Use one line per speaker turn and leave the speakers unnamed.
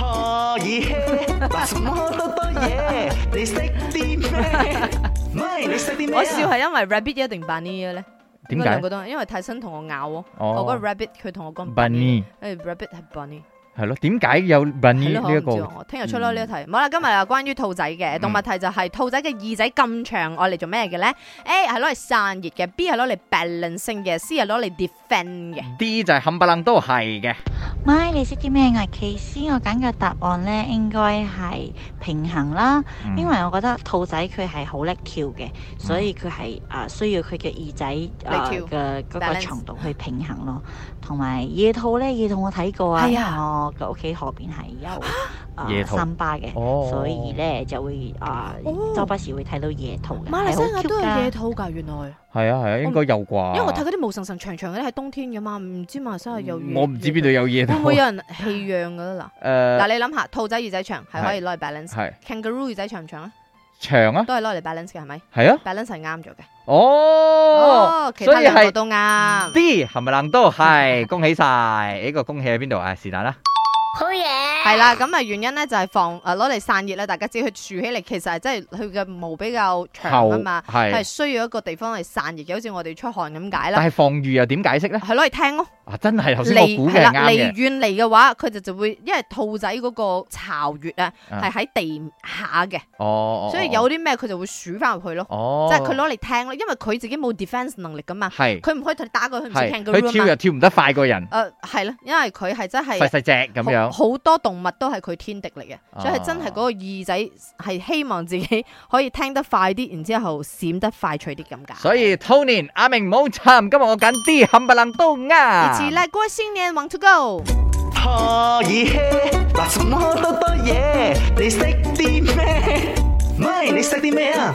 多嘢，嗱什麼多多嘢，你識啲咩？唔係你識啲咩啊？
我笑係因為 rabbit 一定 bunny 嘅咧，應
點
該兩
解
個都係因為泰森同我拗喎，
哦
我嗰個 rabbit 佢同我講
bunny
誒 rabbit 係 bunny，
係咯？點解有 bunny
係咯，
呢
我
一
唔知喎
個？嗯
我聽日出啦呢一題。唔好啦，今日啊關於兔仔嘅動物題就係兔仔嘅耳仔咁長，愛嚟做咩嘅咧？A 係攞嚟散熱嘅，B 係攞嚟 balancing 嘅，C 係攞嚟 defend
嗯
嘅。
D 就係冚唪唥都係嘅。
咪你識啲咩啊？其實我揀嘅答案呢，應該係平衡啦，
嗯
因為我覺得兔仔佢係好叻跳嘅，所以佢係啊需要佢嘅耳仔
嚟
啊嘅嗰個
balance
長度去平衡咯。同埋野兔呢，野兔我睇過啊，
係啊
我嘅屋企河邊係有啊
野兔
三巴嘅，
哦
所以呢就會啊
哦
周不時會睇到野兔嘅，
馬來西
係好
亞都
cute
有
㗎
野兔㗎，原來。
係啊係啊，應該有
因
啩。
為我睇嗰啲毛神神長長嗰啲係冬天嘅嘛，唔知馬來西亞有野
嗯我唔知邊度有嘢。
會唔會有人棄養㗎啦？嗱，嗱
誒
你諗下，兔仔耳仔長係可以攞嚟 balance。
係
kangaroo 耳仔長唔長啊？
長啊？
都係攞嚟 balance 嘅係咪
係啊。
？balance 係啱咗嘅。
哦，
其他
所以
兩個
係嗯
都啱。
D 冚唪唥都係，恭喜晒！呢個恭喜喺邊度啊？是但啦。
好嘢。
係啦，咁啊原因咧就係防誒攞嚟散熱啦，大家知佢豎起嚟其實係真係佢嘅毛比較長啊嘛，
係
係需要一個地方嚟散熱嘅，好似我哋出汗咁解
但
啦，
係防禦又點解釋咧？
係攞嚟聽咯。
啊，真係頭先
離
我估
係
嘅
啦
係，啱
離
嘅。
遠嚟嘅話，佢就就會因為兔仔嗰個巢穴啊
啊
係喺地下嘅，
哦哦，哦
所以有啲咩佢就會鼠翻入去咯，
哦，
即係佢攞嚟聽咯，因為佢自己冇 defense 能力噶嘛，
係
佢唔可以同你打過去，佢唔
係
識 k a
佢
n g
跳
啊
又跳唔得快過人，
嘛，誒呃係啦，因為佢係真係
細細隻咁
好
樣。
好多動物都係佢天敵嚟嘅，
啊
所以係真係嗰個耳仔係希望自己可以聽得快啲，然之後閃得快脆啲咁解。
所以 Tony 阿明唔好沉，今日我揀 D 冚唪唥都
而次
啱。
咧，過新年 want to go。
可以嗱什麼多多嘢，你識啲咩？唔係你識啲咩啊？